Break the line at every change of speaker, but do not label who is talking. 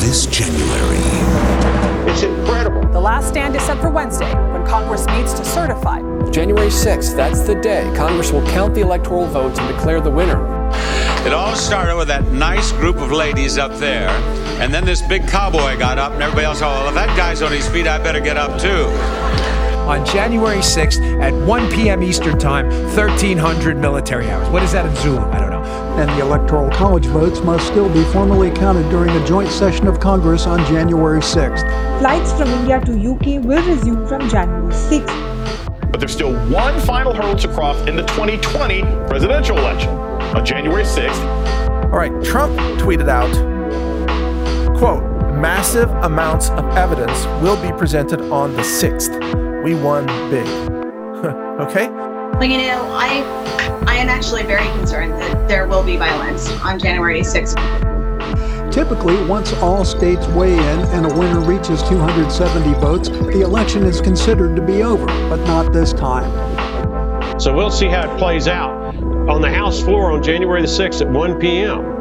this January.
It's incredible.
The last stand is set for Wednesday when Congress meets to certify.
January 6th, that's the day Congress will count the electoral votes and declare the winner.
It all started with that nice group of ladies up there, and then this big cowboy got up, and everybody else, oh, well, if that guy's on his feet, I better get up too.
on January 6th at 1 p.m. Eastern Time, 1300 military hours. What is that in Zulu? I don't know.
and the Electoral College votes must still be formally counted during a joint session of Congress on January 6th.
Flights from India to UK will resume from January 6th.
But there's still one final hurdle to cross in the 2020 presidential election. On January 6th,
All right, Trump tweeted out, quote, massive amounts of evidence will be presented on the 6th. We won big. okay?
Well, you know, I I am actually very concerned that there will be violence on January 6th.
Typically, once all states weigh in and a winner reaches 270 votes, the election is considered to be over, but not this time.
So we'll see how it plays out on the House floor on January the 6th at 1 p.m.